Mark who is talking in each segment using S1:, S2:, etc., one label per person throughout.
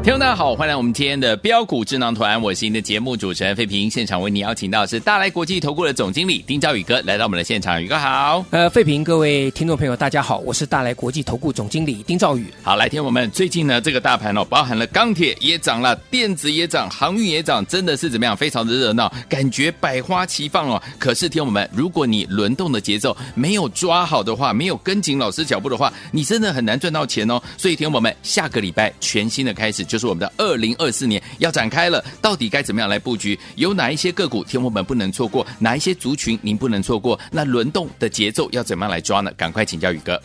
S1: 听众大家好，欢迎来我们今天的标股智囊团，我是您的节目主持人费平。现场为您邀请到的是大来国际投顾的总经理丁兆宇哥来到我们的现场，宇哥好。
S2: 呃，费平，各位听众朋友，大家好，我是大来国际投顾总经理丁兆宇。
S1: 好，来听我们最近呢，这个大盘哦，包含了钢铁也涨了，电子也涨，航运也涨，真的是怎么样，非常的热闹，感觉百花齐放哦。可是听我们，如果你轮动的节奏没有抓好的话，没有跟紧老师脚步的话，你真的很难赚到钱哦。所以听我们，下个礼拜全新的开始就是我们的二零二四年要展开了，到底该怎么样来布局？有哪一些个股听我们不能错过？哪一些族群您不能错过？那轮动的节奏要怎么样来抓呢？赶快请教宇哥。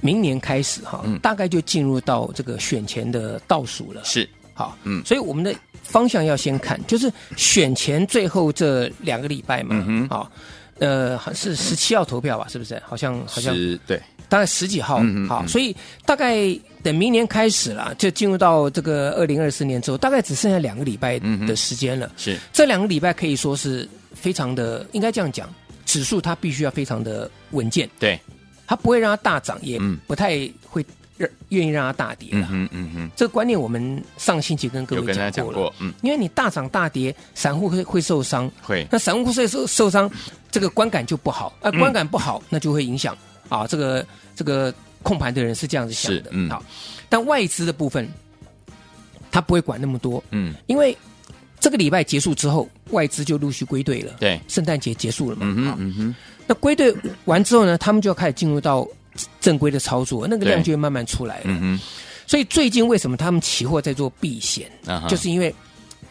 S2: 明年开始哈，
S1: 嗯
S2: 大概就进入到这个选前的倒数了。
S1: 是，
S2: 好，
S1: 嗯
S2: 嗯，所以我们的方向要先看，就是选前最后这两个礼拜嘛，
S1: 嗯哼
S2: 好，呃，好像是十七号投票吧，是不是？好像好像
S1: 是，对。
S2: 大概十几号，
S1: 嗯嗯
S2: 好，
S1: 嗯
S2: 所以大概等明年开始啦，就进入到这个二零二四年之后，大概只剩下两个礼拜
S1: 嗯哼
S2: 的时间了。
S1: 是
S2: 这两个礼拜可以说是非常的，应该这样讲，指数它必须要非常的稳健，
S1: 对，
S2: 它不会让它大涨，也
S1: 嗯
S2: 不太会让愿意让它大跌
S1: 嗯
S2: 了。
S1: 哼嗯哼，
S2: 这个观念我们上星期跟各
S1: 有
S2: 位
S1: 跟大家
S2: 讲
S1: 讲
S2: 过了，
S1: 过，嗯，
S2: 因为你大涨大跌，散户会会受伤，
S1: 会，
S2: 那散户受受受伤，这个观感就不好，
S1: 嗯
S2: 啊，观感不好，那就会影响啊，这个这个控盘的人是这样子想
S1: 是
S2: 的，
S1: 嗯
S2: 好，但外资的部分，他不会管那么多，
S1: 嗯，
S2: 因为这个礼拜结束之后，外资就陆续归队了，
S1: 对，
S2: 圣诞节结束了嘛，
S1: 嗯哼
S2: 好
S1: 嗯哼，
S2: 那归队完之后呢，他们就要开始进入到正规的操作，那个量
S1: 对
S2: 就会慢慢出来了，
S1: 嗯
S2: 所以最近为什么他们期货在做避险？
S1: 哼，啊哈
S2: 就是因为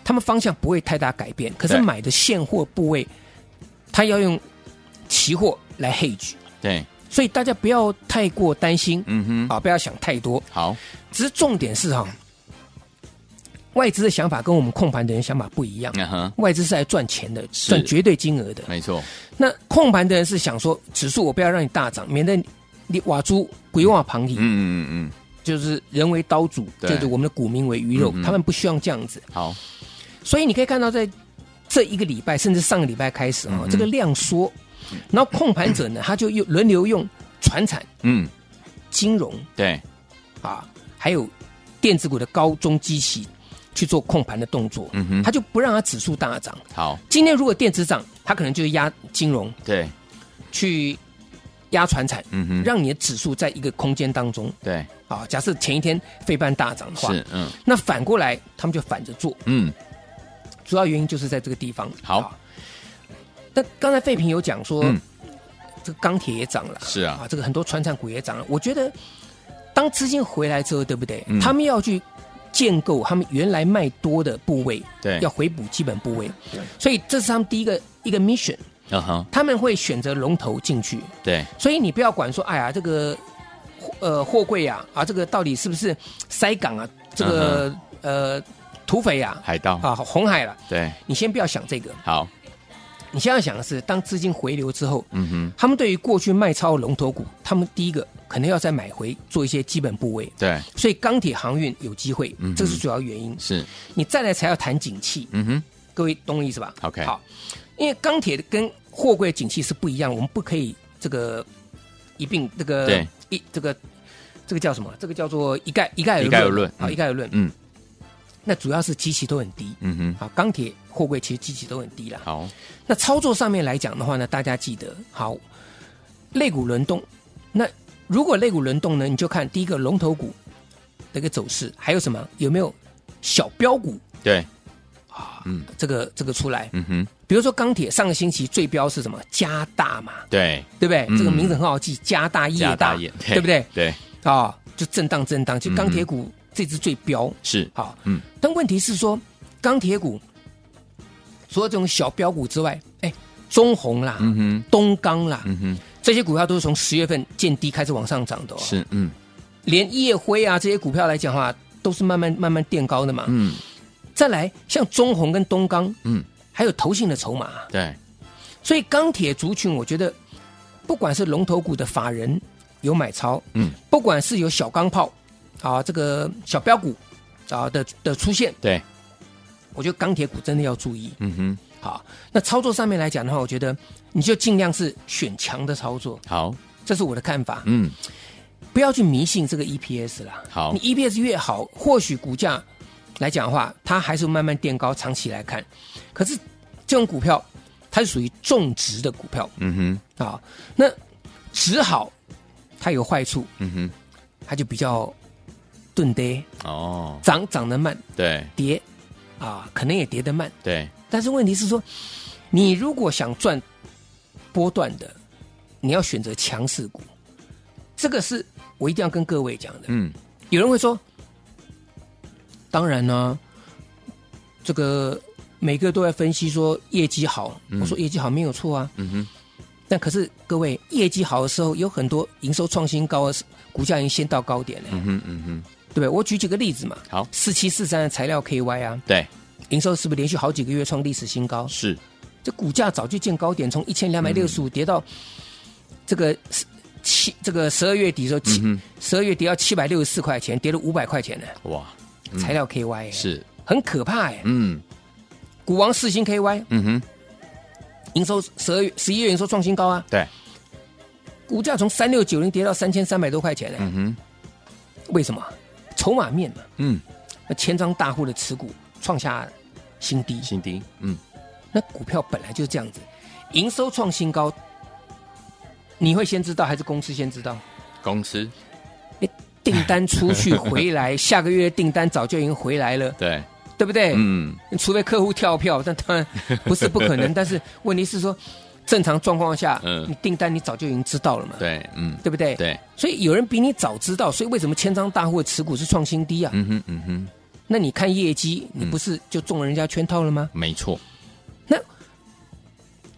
S2: 他们方向不会太大改变，可是
S1: 对
S2: 买的现货部位，他要用期货来 hedge，
S1: 对，
S2: 所以大家不要太过担心、
S1: 嗯哼，
S2: 啊，不要想太多。
S1: 好，
S2: 只是重点是哈，外资的想法跟我们控盘的人想法不一样。
S1: 嗯哼，
S2: 外资是来赚钱的，
S1: 是
S2: 赚绝对金额的。
S1: 没错，
S2: 那控盘的人是想说，指数我不要让你大涨，免得你瓦猪鬼瓦旁移，
S1: 嗯嗯嗯
S2: 就是人为刀俎，
S1: 对
S2: 就是我们的股民为鱼肉，
S1: 嗯嗯
S2: 他们不希望这样子。
S1: 嗯，好，
S2: 所以你可以看到，在这一个礼拜甚至上个礼拜开始啊、
S1: 嗯哼
S2: 这个量缩，然后控 盘者呢，他就又轮流用船产、
S1: 嗯，
S2: 金融
S1: 对，
S2: 啊，还有电子股的高中基期去做控盘的动作，
S1: 嗯哼
S2: 他就不让它指数大涨。
S1: 好，
S2: 今天如果电子涨，他可能就压金融
S1: 对，
S2: 去压船产，
S1: 嗯哼，
S2: 让你的指数在一个空间当中
S1: 对，
S2: 啊。假设前一天费半大涨的话，
S1: 是，嗯
S2: 那反过来他们就反着做，
S1: 嗯，
S2: 主要原因就是在这个地方。
S1: 好
S2: 啊，那刚才费平有讲说，
S1: 嗯
S2: 这个钢铁也涨了，
S1: 是啊，
S2: 这个很多船产股也涨了。我觉得，当资金回来之后，对不对？
S1: 嗯
S2: 他们要去建构他们原来卖多的部位，
S1: 对
S2: 要，回补基本部位。所以这是他们第一个一个 mission，
S1: 嗯哼，
S2: 他们会选择龙头进去。
S1: 对，
S2: 所以你不要管说，哎呀，这个呃货柜啊，啊这个到底是不是塞港啊，
S1: 嗯
S2: 这个、呃土匪啊，
S1: 海盗，
S2: 啊红海了、
S1: 对，
S2: 你先不要想这个，
S1: 好，
S2: 你先要想的是，当资金回流之后，
S1: 嗯哼，
S2: 他们对于过去卖超龙头股，他们第一个可能要再买回做一些基本部位，
S1: 对，
S2: 所以钢铁航运有机会
S1: 嗯哼，
S2: 这是主要原因。
S1: 是，
S2: 你再来才要谈景气，
S1: 嗯哼，
S2: 各位懂我意思吧
S1: OK
S2: 好，因为钢铁跟货柜景气是不一样，我们不可以这个一并这个
S1: 对
S2: 一这个这个叫什么？这个叫做一概一概而论，
S1: 一概而论
S2: 啊，
S1: 嗯
S2: 一概而论。
S1: 嗯，
S2: 那主要是基期都很低
S1: 嗯哼，
S2: 啊，钢铁、货柜其实基期都很低啦。
S1: 好，
S2: 那操作上面来讲的话呢，大家记得好，肋骨轮动。那如果肋骨轮动呢，你就看第一个龙头股的一个走势，还有什么有没有小标股
S1: 对，
S2: 啊？
S1: 嗯
S2: 这个这个出来，
S1: 嗯哼，
S2: 比如说钢铁上个星期最标是什么？加大嘛，
S1: 对，
S2: 对不对？
S1: 嗯
S2: 这个名字很好记，加大业
S1: 加
S2: 大，
S1: 眼，
S2: 对不对？？
S1: 对，
S2: 啊、就震荡震荡，就钢铁股这只最标。
S1: 是，
S2: 好，
S1: 嗯
S2: 但问题是说，钢铁股，除了这种小标股之外，哎，中红啦，
S1: 嗯哼，
S2: 东钢啦，
S1: 嗯哼，
S2: 这些股票都是从十月份见低开始往上涨的、哦，
S1: 是，嗯
S2: 连夜辉啊这些股票来讲的话，都是慢慢慢慢垫高的嘛。
S1: 嗯
S2: 再来，像中红跟东钢，
S1: 嗯，
S2: 还有投信的筹码，
S1: 对，
S2: 所以钢铁族群，我觉得不管是龙头股的法人有买超，
S1: 嗯，
S2: 不管是有小钢炮啊，这个小标股啊的的出现，
S1: 对，
S2: 我觉得钢铁股真的要注意。
S1: 嗯哼，
S2: 好，那操作上面来讲的话，我觉得你就尽量是选强的操作，
S1: 好，
S2: 这是我的看法。
S1: 嗯，
S2: 不要去迷信这个 EPS 啦。
S1: 好
S2: 你 EPS 越好，或许股价来讲的话，它还是慢慢垫高，长期来看。可是这种股票，它是属于种植的股票
S1: 嗯哼，
S2: 啊。那只好它有坏处，
S1: 嗯
S2: 它就比较钝跌，
S1: 哼，哦，
S2: 涨涨得慢，
S1: 对
S2: 跌啊，可能也跌得慢。
S1: 对，
S2: 但是问题是说，你如果想赚波段的，你要选择强势股，这个是我一定要跟各位讲的。
S1: 嗯
S2: 有人会说，当然呢、这个每个都在分析说业绩好，
S1: 嗯
S2: 我说业绩好没有错啊。
S1: 嗯哼，
S2: 但可是各位，业绩好的时候，有很多营收创新高的时，股价已经先到高点了，
S1: 嗯哼，嗯哼，
S2: 对不对？我举几个例子嘛，
S1: 好，
S2: 四七四三的材料 KY 啊，
S1: 对，
S2: 营收是不是连续好几个月创历史新高？
S1: 是，
S2: 这股价早就见高点，从一千两百六
S1: 嗯
S2: 十五跌到这个七这个十二月底的时候，七
S1: 嗯
S2: 十二、月跌到七百六十四块钱，跌了五百块钱呢。
S1: 哼，哇，嗯
S2: 材料 KY 哎
S1: 是，
S2: 很可怕哎、
S1: 嗯
S2: 股王四星 KY
S1: 嗯哼，
S2: 营收十二月十一月营收创新高啊，
S1: 对，
S2: 股价从三六九零跌到三千三百多块钱呢、
S1: 嗯哼，
S2: 为什么？筹码面嘛，
S1: 嗯，
S2: 那千张大户的持股创下新低，
S1: 新丁，嗯，
S2: 那股票本来就是这样子，营收创新高，你会先知道还是公司先 知道？
S1: 公司，
S2: 订单出去回来，下个月订单早就已经回来了，
S1: 对，
S2: 对不对？
S1: 嗯，
S2: 除非客户跳票，但当然不是不可 能。但是问题是说，正常状况下，
S1: 嗯
S2: 你订单你早就已经知道了嘛，
S1: 对，嗯，
S2: 对不对？。
S1: 对，
S2: 所以有人比你早知道，所以为什么千张大户的持股是创新低啊？
S1: 嗯哼，嗯哼，
S2: 那你看业绩，
S1: 嗯
S2: 你不是就中了人家圈套了吗？
S1: 没错，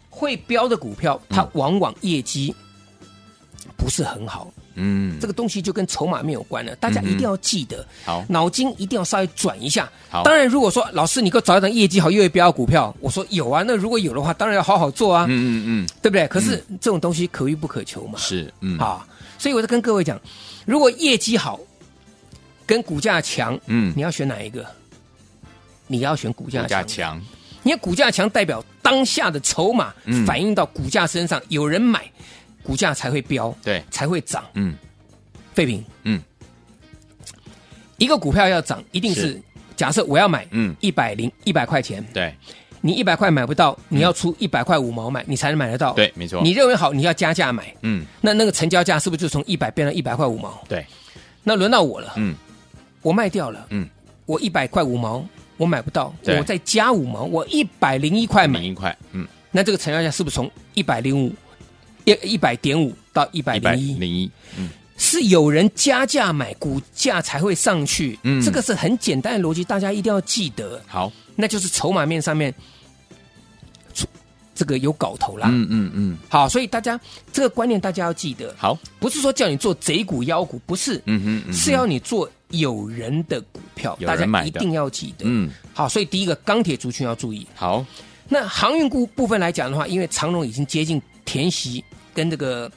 S2: 会标的股票，
S1: 嗯
S2: 它往往业绩不是很好，
S1: 嗯，
S2: 这个东西就跟筹码面有关了。大家一定要记得，
S1: 好，
S2: 脑筋一定要稍微转一下。
S1: 嗯好
S2: 当然，如果说老师你给我找一张业绩好又会标的股票，我说有啊，那如果有的话，当然要好好做啊，
S1: 嗯嗯嗯，
S2: 对不对？可是这种东西可遇不可求嘛，
S1: 是，嗯，，
S2: 啊，所以我就跟各位讲，如果业绩好跟股价强，
S1: 嗯，
S2: 你要选哪一个？你要选股价
S1: 股价
S2: 强，
S1: 强，
S2: 因为股价强代表当下的筹码
S1: 嗯
S2: 反映到股价身上，有人买，股价才会飙，
S1: 对，
S2: 才会涨。
S1: 嗯，
S2: 废品，
S1: 嗯，
S2: 一个股票要涨，一定是
S1: 是
S2: 假设我要买，
S1: 嗯
S2: 一百零一百块钱，
S1: 对，
S2: 你一百块买不到，你要出一百块五毛买，你才能买得到。
S1: 对，，没错，
S2: 你，认为好，你要加价买，
S1: 嗯，
S2: 那那个成交价是不是就从一百变到一百块五毛？
S1: 对，
S2: 那轮到我了，
S1: 嗯，
S2: 我卖掉了，
S1: 嗯，
S2: 我一百块五毛。我买不到，
S1: 对
S2: 我再加五毛，我一百零一块
S1: 每
S2: 买，
S1: 一块，嗯，
S2: 那这个成交价是不是从一百零五，一一百点五到一百
S1: 一百
S2: 零一？
S1: 零一，嗯，
S2: 是有人加价买，股价才会上去。
S1: 嗯
S2: 这个是很简单的逻辑，大家一定要记得，
S1: 好，
S2: 那就是筹码面上面出这个有搞头啦。
S1: 嗯嗯嗯，
S2: 好，所以大家这个观念大家要记得，
S1: 好，
S2: 不是说叫你做贼股妖股，不是，
S1: 嗯哼，嗯哼
S2: 是要你做有人的股票，
S1: 有
S2: 大
S1: 人
S2: 家
S1: 买的
S2: 一定要记得。
S1: 嗯，
S2: 好，所以第一个钢铁族群要注意。
S1: 好，
S2: 那航运股部分来讲的话，因为长荣已经接近填息跟这个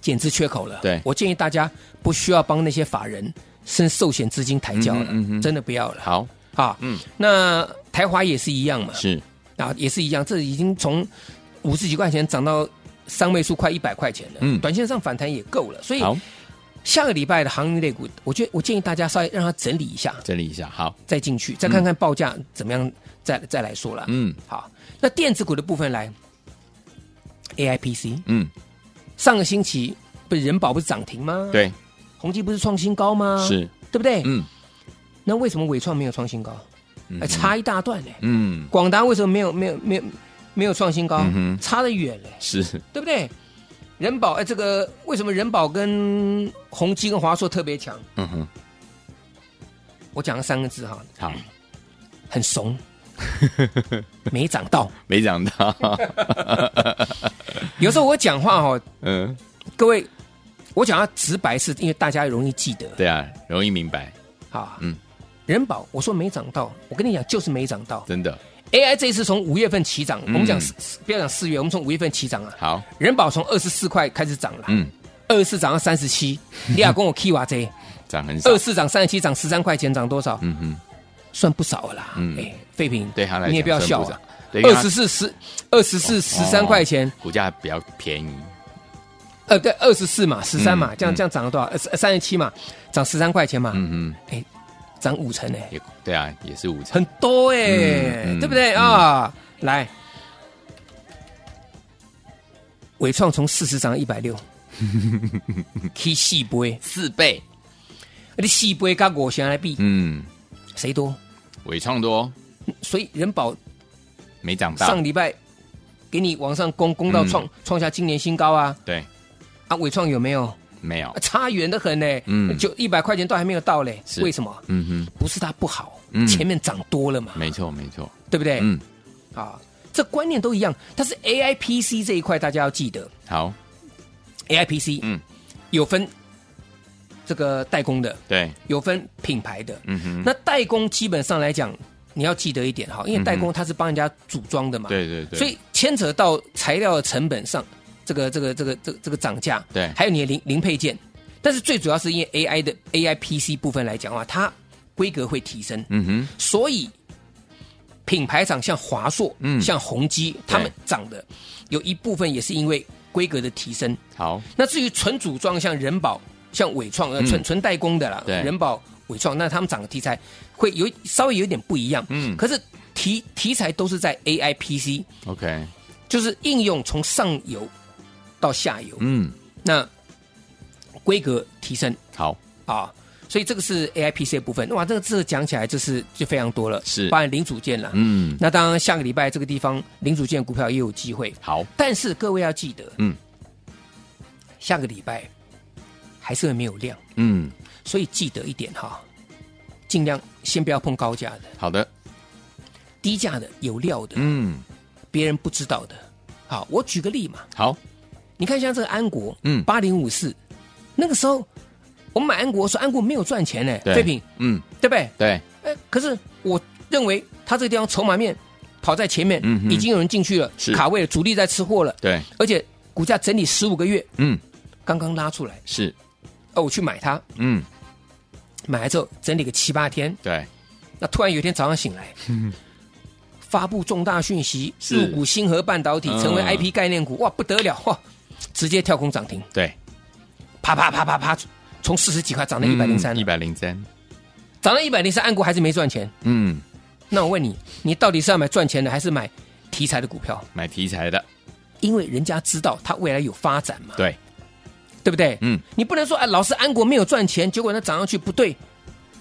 S2: 减资缺口了。
S1: 对
S2: 我建议大家不需要帮那些法人升寿险资金抬轿
S1: 嗯
S2: 了，
S1: 哼嗯哼
S2: 真的不要了
S1: 好，
S2: 啊。
S1: 嗯，
S2: 那台华也是一样嘛，
S1: 是，
S2: 啊，也是一样，这已经从五十几块钱涨到三位数，快一百块钱了。
S1: 嗯
S2: 短线上反弹也够了，所以
S1: 好，
S2: 下个礼拜的航运类股，我觉得我建议大家稍微让它整理一下，
S1: 整理一下，好，
S2: 再进去，再看看报价怎么样，再再来说了。
S1: 嗯
S2: 好，那电子股的部分来，AIPC
S1: 嗯，
S2: 上个星期不是人保不是涨停吗？，
S1: 对，
S2: 宏基不是创新高吗？，
S1: 是，
S2: 对不对？
S1: 嗯，
S2: 那为什么伟创没有创新高？
S1: 嗯
S2: 哎，
S1: 哼，
S2: 差一大段呢。
S1: 嗯，
S2: 广达为什么没有没有没有没有创新高
S1: 嗯？哼
S2: 差得远嘞，
S1: 是，
S2: 对不对？人保哎，这个为什么人保跟宏基跟华硕特别强？
S1: 嗯哼，
S2: 我讲了三个字哈，
S1: 好，
S2: 很怂，没涨到。
S1: 没讲 到，
S2: 有时候我讲话哦，
S1: 嗯，
S2: 各位，我讲要直白是因为大家容易记得
S1: 对啊，容易明白，
S2: 啊。
S1: 嗯
S2: 嗯，人保我说没涨到，我跟你讲就是没涨到。
S1: 真的
S2: AI 这一次从五月份起涨，我们讲
S1: 嗯
S2: 四四不要讲四月，我们从五月份起涨啊。
S1: 好，
S2: 人保从二十四块开始涨了，
S1: 嗯，
S2: 二十四涨到三十七，你要跟我 K 瓦 Z，
S1: 涨很少
S2: 二，十四涨三十七，涨十三块钱，涨多少？
S1: 嗯哼，
S2: 算不少了啦。
S1: 嗯
S2: 哎，废品
S1: 对他来讲
S2: 你也不要笑
S1: 算
S2: 啊
S1: 不少，对因为
S2: 二
S1: 他
S2: 十四十二十四十三
S1: 哦
S2: 块钱，
S1: 股价比较便宜，
S2: 呃，对，二十四嘛，十三嘛，
S1: 嗯
S2: 这样这样涨了多少？呃，三十七嘛，涨十三块钱嘛，
S1: 嗯哼，
S2: 涨五成哎、
S1: 也对啊，也是五成，
S2: 很多哎、
S1: 嗯嗯
S2: 对不对啊、来，伟创从四十涨到一 百六，K 细杯，
S1: 四倍，
S2: 你细杯跟我先来比，
S1: 嗯，
S2: 谁多？
S1: 伟创多
S2: 所以人保
S1: 没涨到
S2: 上，礼拜给你往上攻，攻
S1: 嗯
S2: 到创、创下今年新高啊
S1: 对，
S2: 啊！伟创有没有？啊
S1: 没有，
S2: 差远的很呢、
S1: 嗯
S2: 就一百块钱都还没有到嘞，
S1: 是
S2: 为什么？
S1: 嗯
S2: 不是它不好，
S1: 嗯
S2: 前面涨多了嘛
S1: 哼，，没错没错，
S2: 对不对？
S1: 嗯，
S2: 啊，这观念都一样。但是 A I P C 这一块大家要记得
S1: 好，
S2: ，A I P C
S1: 嗯，
S2: 有分这个代工的，
S1: 对，
S2: 有分品牌的。
S1: 嗯哼，
S2: 那代工基本上来讲，你要记得一点哈，因为代工它是帮人家组装的嘛，
S1: 嗯对对对，
S2: 所以牵扯到材料的成本上，这个这个这个这个这个涨价，
S1: 对
S2: 还有你的零零配件。但是最主要是因为 A I 的 A I P C 部分来讲的话，它规格会提升，
S1: 嗯哼，
S2: 所以品牌厂像华硕、
S1: 嗯
S2: 像宏基，他们涨的有一部分也是因为规格的提升。
S1: 好，
S2: 那至于纯组装，像人保、像伟创，呃，
S1: 嗯
S2: 纯纯代工的啦，
S1: 对
S2: 人保、伟创，那他们涨的题材会有稍微有一点不一样。
S1: 嗯
S2: 可是题题材都是在 AI PC，
S1: ，OK，
S2: 就是应用从上游到下游，
S1: 嗯，
S2: 那规格提升
S1: 好，
S2: 啊。所以这个是 A I P C 部分，哇，这个这个讲起来就是就非常多了，
S1: 是
S2: 包含零组件了，
S1: 嗯，
S2: 那当然，下个礼拜这个地方零组件股票也有机会，
S1: 好，
S2: 但是各位要记得，
S1: 嗯
S2: 下个礼拜还是会没有量，
S1: 嗯，
S2: 所以记得一点哈，尽量先不要碰高价的、
S1: 好的，
S2: 低价的、有料的、
S1: 嗯，
S2: 别人不知道的。好，我举个例嘛，
S1: 好，
S2: 你看像这个安国，
S1: 嗯
S2: 八零五四，那个时候我们买安国说安国没有赚钱呢、
S1: 对，
S2: 废品，
S1: 嗯，
S2: 对不对？
S1: 对，
S2: 哎，可是我认为他这个地方筹码面跑在前面，
S1: 嗯哼
S2: 已经有人进去了
S1: 是，
S2: 卡位了，主力在吃货了，
S1: 对，
S2: 而且股价整理十五个月，
S1: 嗯，
S2: 刚刚拉出来，
S1: 是，
S2: 哦，我去买它，
S1: 嗯，
S2: 买来之后整理个七八天，
S1: 对，
S2: 那突然有一天早上醒来， 发布重大讯息，
S1: 是
S2: 入股星河半导体
S1: 嗯
S2: 成为 IP 概念股，哇，不得了哇，直接跳空涨停，
S1: 对，
S2: 啪啪啪啪啪，从四十几块涨到一百零三，
S1: 嗯一百零三，
S2: 涨到一百零三，安国还是没赚钱。
S1: 嗯，
S2: 那我问你，你到底是要买赚钱的，还是买题材的股票？
S1: 买题材的，
S2: 因为人家知道它未来有发展嘛，
S1: 对，
S2: 对不对？
S1: 嗯，
S2: 你不能说啊，老师安国没有赚钱，结果呢涨上去不对，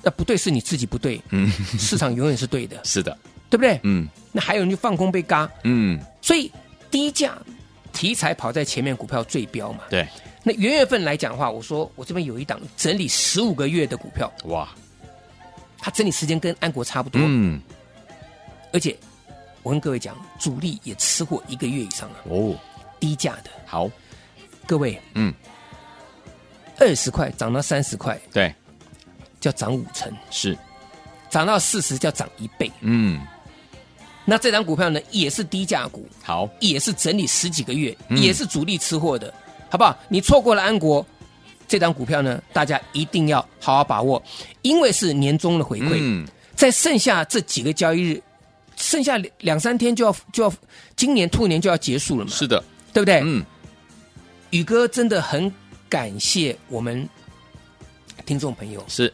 S2: 那、不对是你自己 不对，
S1: 嗯，
S2: 市场永远是对的，
S1: 是的，
S2: 对不对？
S1: 嗯
S2: 那还有人就放空被嘎，
S1: 嗯，
S2: 所以低价题材跑在前面，股票最标嘛。
S1: 对，
S2: 那元月份来讲的话，我说我这边有一档整理十五个月的股票，
S1: 哇，
S2: 它整理时间跟安国差不多，
S1: 嗯，
S2: 而且我跟各位讲，主力也吃货一个月以上了，
S1: 哦，
S2: 低价的，
S1: 好，
S2: 各位
S1: 嗯，
S2: 二十块涨到三十块
S1: 对，
S2: 叫涨五成，
S1: 是，
S2: 涨到四十叫涨一倍。
S1: 嗯，
S2: 那这档股票呢，也是低价股，
S1: 好，
S2: 也是整理十几个月，
S1: 嗯
S2: 也是主力吃货的，好不好？你错过了安国这档股票呢，大家一定要好好把握，因为是年终的回馈，
S1: 嗯，
S2: 在剩下这几个交易日，剩下两两三天就要就要今年兔年就要结束了嘛，
S1: 是的，
S2: 对不对？
S1: 嗯，
S2: 宇哥真的很感谢我们听众朋友
S1: 是，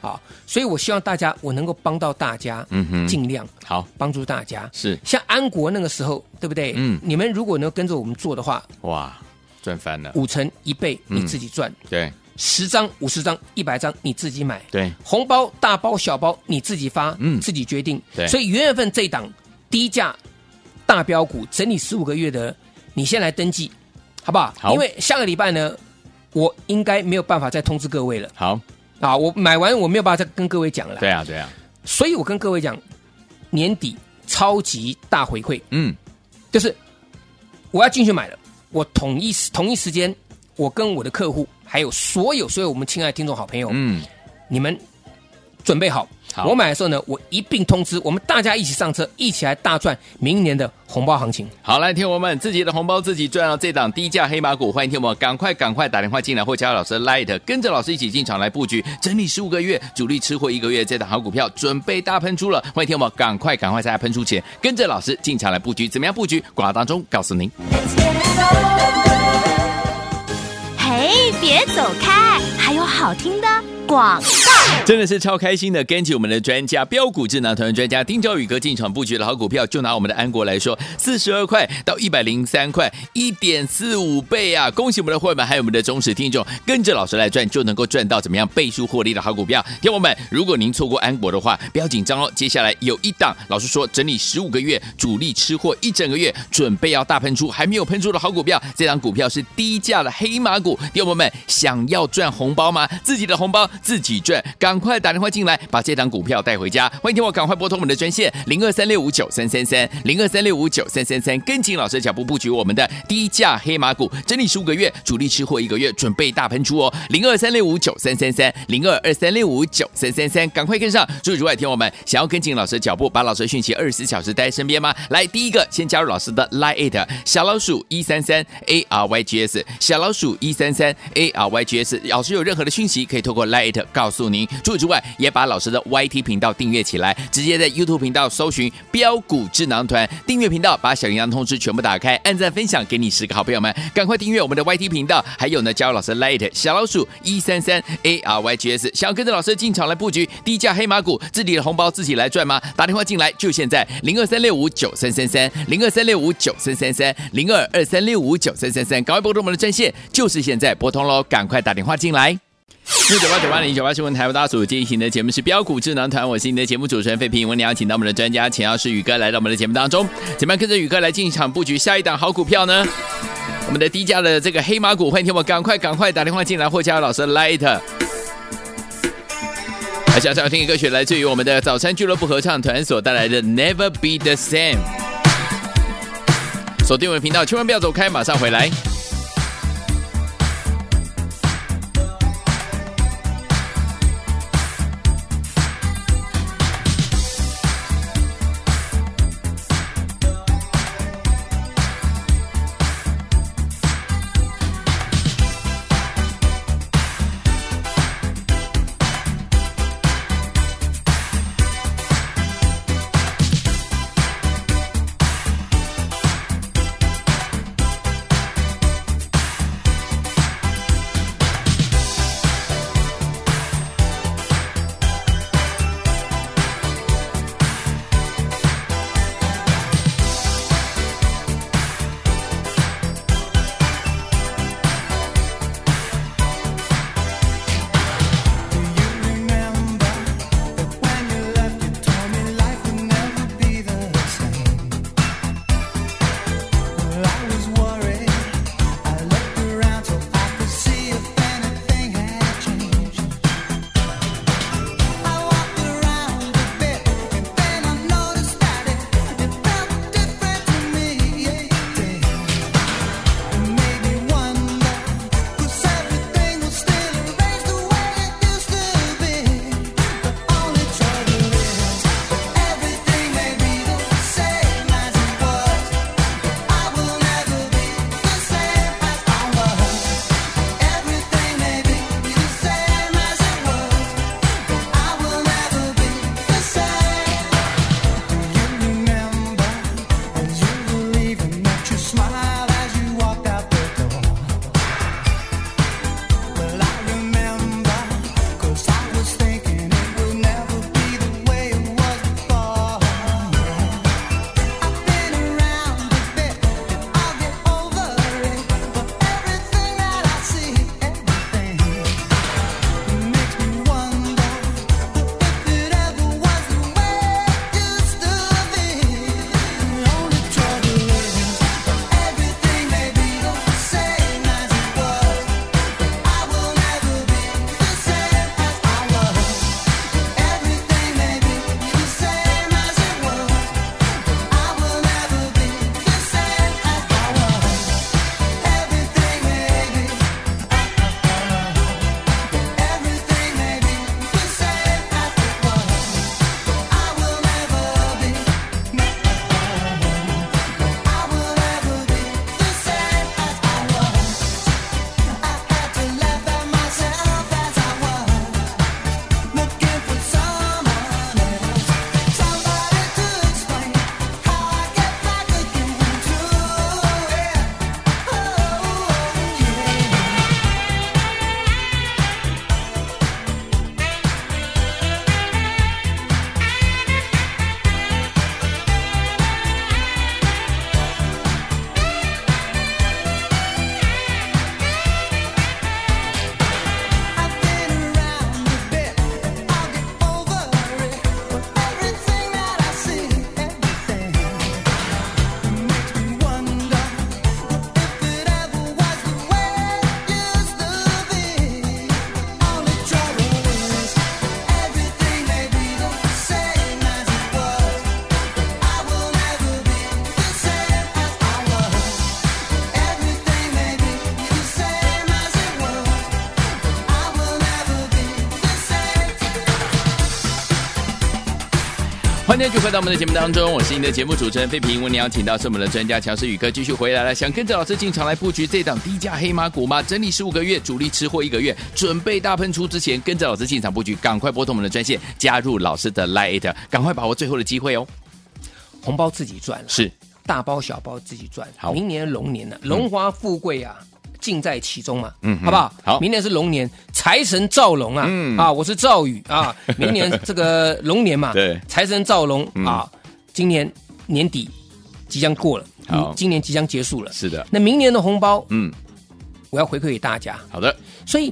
S2: 啊，所以我希望大家我能够帮到大家，
S1: 嗯哼
S2: 尽量
S1: 好，
S2: 帮助大家。
S1: 是，
S2: 像安国那个时候，对不对？
S1: 嗯
S2: 你们如果能跟着我们做的话，
S1: 哇，赚翻了，
S2: 五成一倍
S1: 嗯
S2: 你自己赚，
S1: 对
S2: 十张、五十张、一百张你自己买，
S1: 对，
S2: 红包大包小包你自己发，
S1: 嗯
S2: 自己决定。
S1: 对
S2: 所以元月份这一档低价大标股整理十五个月的，你先来登记，好不好？
S1: 好
S2: 因为下个礼拜呢，我应该没有办法再通知各位了
S1: 好，
S2: 啊！我买完我没有办法再跟各位讲了，
S1: 对啊，对啊，
S2: 所以我跟各位讲，年底超级大回馈，
S1: 嗯，
S2: 就是我要进去买了，我统一时同一时间，我跟我的客户还有所有所有我们亲爱的听众好朋友，
S1: 嗯，
S2: 你们准备好。
S1: 好
S2: 我买的时候呢，我一并通知我们大家一起上车，一起来大赚明年的红包行情。
S1: 好，来，听我们自己的红包自己赚哦。这档低价黑马股，欢迎听我们赶快赶快打电话进来，或加入老师的 Light，跟着老师一起进场来布局，整理十五个月，主力吃货一个月，这档好股票准备大喷出了。欢迎听我们赶快赶快在它喷出前，跟着老师进场来布局，怎么样布局？广告当中告诉您。
S3: 嘿，别走开，还有好听的广。
S1: 真的是超开心的，跟紧我们的专家标股智囊团专家丁兆宇哥进场布局的好股票，就拿我们的安国来说，四十二块到一百零三块，一点四五倍啊！恭喜我们的会员，还有我们的忠实听众，跟着老师来赚，就能够赚到怎么样倍数获利的好股票。听我们，如果您错过安国的话，不要紧张哦，接下来有一档，老师说整理十五个月，主力吃货一整个月，准备要大喷出，还没有喷出的好股票，这档股票是低价的黑马股，听我们想要赚红包吗？自己的红包自己赚，赶快打电话进来，把这档股票带回家。欢迎听我赶快拨通我们的专线零二三六五九三三三零二三六五九三三三，跟紧老师的脚步布局我们的低价黑马股，整理十五个月，主力吃货一个月，准备大喷出哦。零二三六五九三三三零二二三六五九三三三，赶快跟上。诸位如外听我们想要跟紧老师的脚步，把老师的讯息二十四小时带在身边吗？来，第一个先加入老师的 Line It 小老鼠一三三 A R Y G S 小老鼠一三三 A R Y G S，老师有任何的讯息可以透过 Line It 告诉您。除此之外，也把老师的 YT 频道订阅起来，直接在 YouTube 频道搜寻“标股智囊团”订阅频道，把小铃铛通知全部打开，按赞分享给你十个好朋友们，赶快订阅我们的 YT 频道，还有呢，加入老师 Light 小老鼠一三三 A R Y G S，想要跟着老师进场来布局低价黑马股，自己的红包自己来赚吗？打电话进来就现在，零二三六五九三三三，零二三六五九三三三，零二二三六五九三三三，赶快拨通我们的专线，就是现在拨通喽，赶快打电话进来。六九八九八零九八新闻台，我大家所进行的节目是标股智囊团，我是你的节目主持人费平。我们邀请到我们的专家钱老师宇哥来到我们的节目当中，怎么样跟着宇哥来进场布局下一档好股票呢？我们的低价的这个黑马股，欢迎听我赶快赶快打电话进来或加入老师的 Light。而下要听的歌曲来自于我们的早餐俱乐部合唱团所带来的《Never Be the Same》。锁定我们的频道，千万不要走开，马上回来。天就回到我们的节目当中，我是您的节目主持人费平。为您邀请到是我们的专家乔世宇哥继续回来了。想跟着老师进场来布局这档低价黑马股吗？整理十五个月，主力吃货一个月，准备大喷出之前，跟着老师进场布局，赶快拨通我们的专线，加入老师的 Lite，赶快把握最后的机会哦。
S2: 红包自己赚了，
S1: 是
S2: 大包小包自己赚。
S1: 好嗯
S2: 明年龙年了、荣华富贵啊，尽在其中嘛，
S1: 嗯哼
S2: 好不好？
S1: 好
S2: 明年是龙年，财神兆龙啊，
S1: 嗯
S2: 啊，我是赵宇 啊，明年这个龙年嘛，
S1: 对
S2: 财神兆龙、
S1: 嗯
S2: 啊，今年年底即将过了，
S1: 好
S2: 嗯今年即将结束了，
S1: 是的，
S2: 那明年的红包
S1: 嗯，
S2: 我要回馈给大家，
S1: 好的，
S2: 所以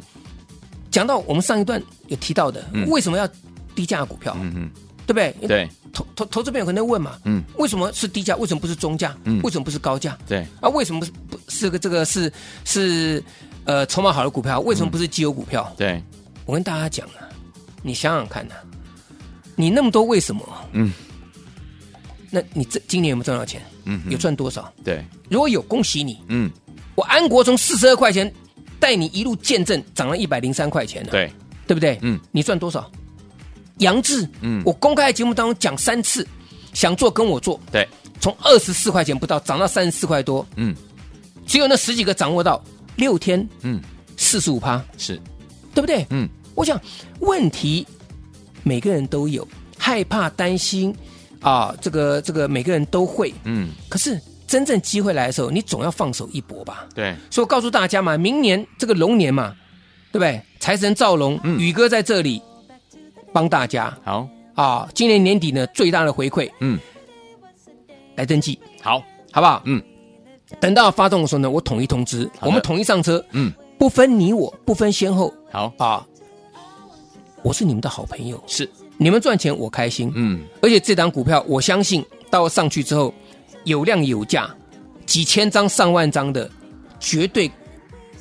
S2: 讲到我们上一段有提到的，
S1: 嗯
S2: 为什么要低价股票，
S1: 嗯嗯，
S2: 对不对？
S1: 对
S2: 投投投资朋友可能会问嘛，
S1: 嗯，
S2: 为什么是低价？为什么不是中价？
S1: 嗯
S2: 为什么不是高价？
S1: 对，
S2: 啊，为什么不是不是个这个是是呃筹码好的股票？为什么不是绩优股票？
S1: 对，
S2: 我跟大家讲啊，你想想看呐、啊你那么多为什么？
S1: 嗯，
S2: 那你这今年有没有赚到钱？
S1: 嗯哼
S2: 有赚多少？
S1: 对，
S2: 如果有，恭喜你！
S1: 嗯，
S2: 我安国从四十二块钱带你一路见证涨了一百零三块钱呢、
S1: 对，
S2: 对不对？
S1: 嗯，
S2: 你赚多少？杨志，
S1: 嗯
S2: 我公开在节目当中讲三次，想做跟我做，
S1: 对，
S2: 从二十四块钱不到涨到三十四块多，
S1: 嗯
S2: 只有那十几个掌握到六天
S1: 嗯，
S2: 四十五趴，
S1: 是，
S2: 对不对？
S1: 嗯，
S2: 我想问题每个人都有，害怕、担心啊，这个这个每个人都会，
S1: 嗯，
S2: 可是真正机会来的时候，你总要放手一搏吧。
S1: 对，
S2: 所以我告诉大家嘛，明年这个龙年嘛，对不对？财神兆龙，
S1: 嗯
S2: 宇哥在这里帮大家
S1: 好，
S2: 啊。今年年底呢，最大的回馈
S1: 嗯，
S2: 来登记，
S1: 好，
S2: 好不好？
S1: 嗯，
S2: 等到发动的时候呢，我统一通知，
S1: 好的
S2: 我们统一上车，
S1: 嗯，
S2: 不分你我，不分先后
S1: 好，
S2: 啊。我是你们的好朋友，
S1: 是，
S2: 你们赚钱我开心，
S1: 嗯，
S2: 而且这档股票我相信到上去之后有量有价，几千张上万张的，绝对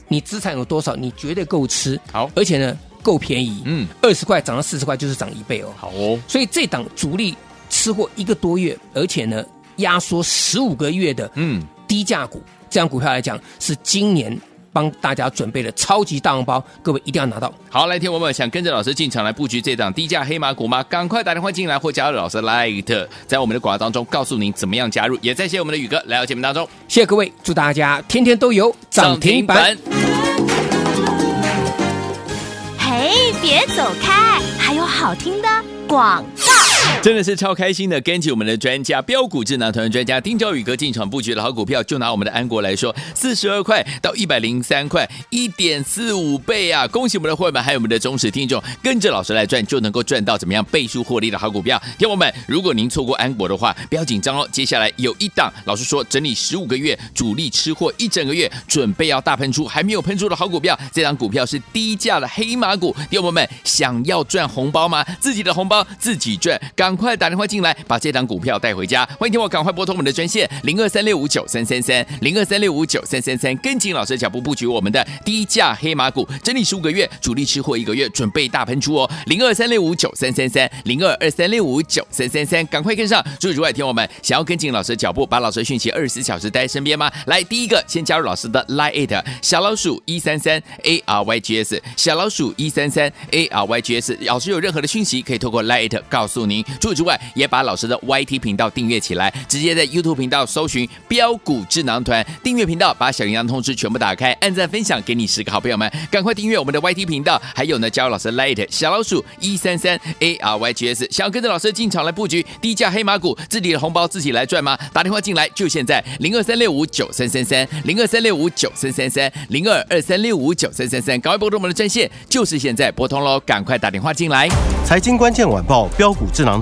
S2: 你资产有多少，你绝对够吃，
S1: 好，
S2: 而且呢够便宜，
S1: 嗯，
S2: 二十块涨到四十块就是涨一倍哦。
S1: 好哦，
S2: 所以这档主力吃货一个多月，而且呢压缩十五个月的
S1: 嗯，
S2: 低价股，这样股票来讲是今年帮大家准备的超级大红包，各位一定要拿到。
S1: 好，来，听我们想跟着老师进场来布局这档低价黑马股吗？赶快打电话进来或加入老师 Light，在我们的广告当中告诉您怎么样加入，也再谢我们的宇哥来到节目当中
S2: 谢谢各位，祝大家天天都有涨停板。。
S3: 嘿，别走开，还有好听的广。
S1: 真的是超开心的，跟起我们的专家标股智囊团专家丁兆宇哥进场布局的好股票，就拿我们的安国来说，四十二块到一百零三块，一点四五倍啊！恭喜我们的会员还有我们的忠实听众，跟着老师来赚就能够赚到怎么样倍数获利的好股票。听我们，如果您错过安国的话，不要紧张哦，接下来有一档老师说整理十五个月，主力吃货一整个月，准备要大喷出，还没有喷出的好股票，这档股票是低价的黑马股，听我们想要赚红包吗？自己的红包自己赚，赶快打电话进来，把这档股票带回家。欢迎听我赶快拨通我们的专线零二三六五九三三三零二三六五九三三三，跟紧老师的脚步布局我们的低价黑马股，整理十五个月，主力吃货一个月，准备大喷出哦。零二三六五九三三三零二二三六五九三三三，赶快跟上。诸位如外听我们想要跟紧老师的脚步，把老师的讯息二十四小时带在身边吗？来，第一个先加入老师的 Line It 小老鼠一三三 A R Y G S 小老鼠一三三 A R Y G S，老师有任何的讯息可以透过 Line It 告诉您。除此之外，也把老师的 YT 频道订阅起来，直接在 YouTube 频道搜寻“标股智囊团”订阅频道，把小铃铛通知全部打开，按赞分享给你十个好朋友们，赶快订阅我们的 YT 频道，还有呢，加入老师 Line It 小老鼠一三三 A R Y G S，想要跟着老师进场来布局低价黑马股，自己的红包自己来赚吗？打电话进来就现在，零二三六五九三三三，零二三六五九三三三，零二二三六五九三三三，赶快拨通我们的专线，就是现在拨通喽，赶快打电话进来。
S4: 财经关键晚报标股智囊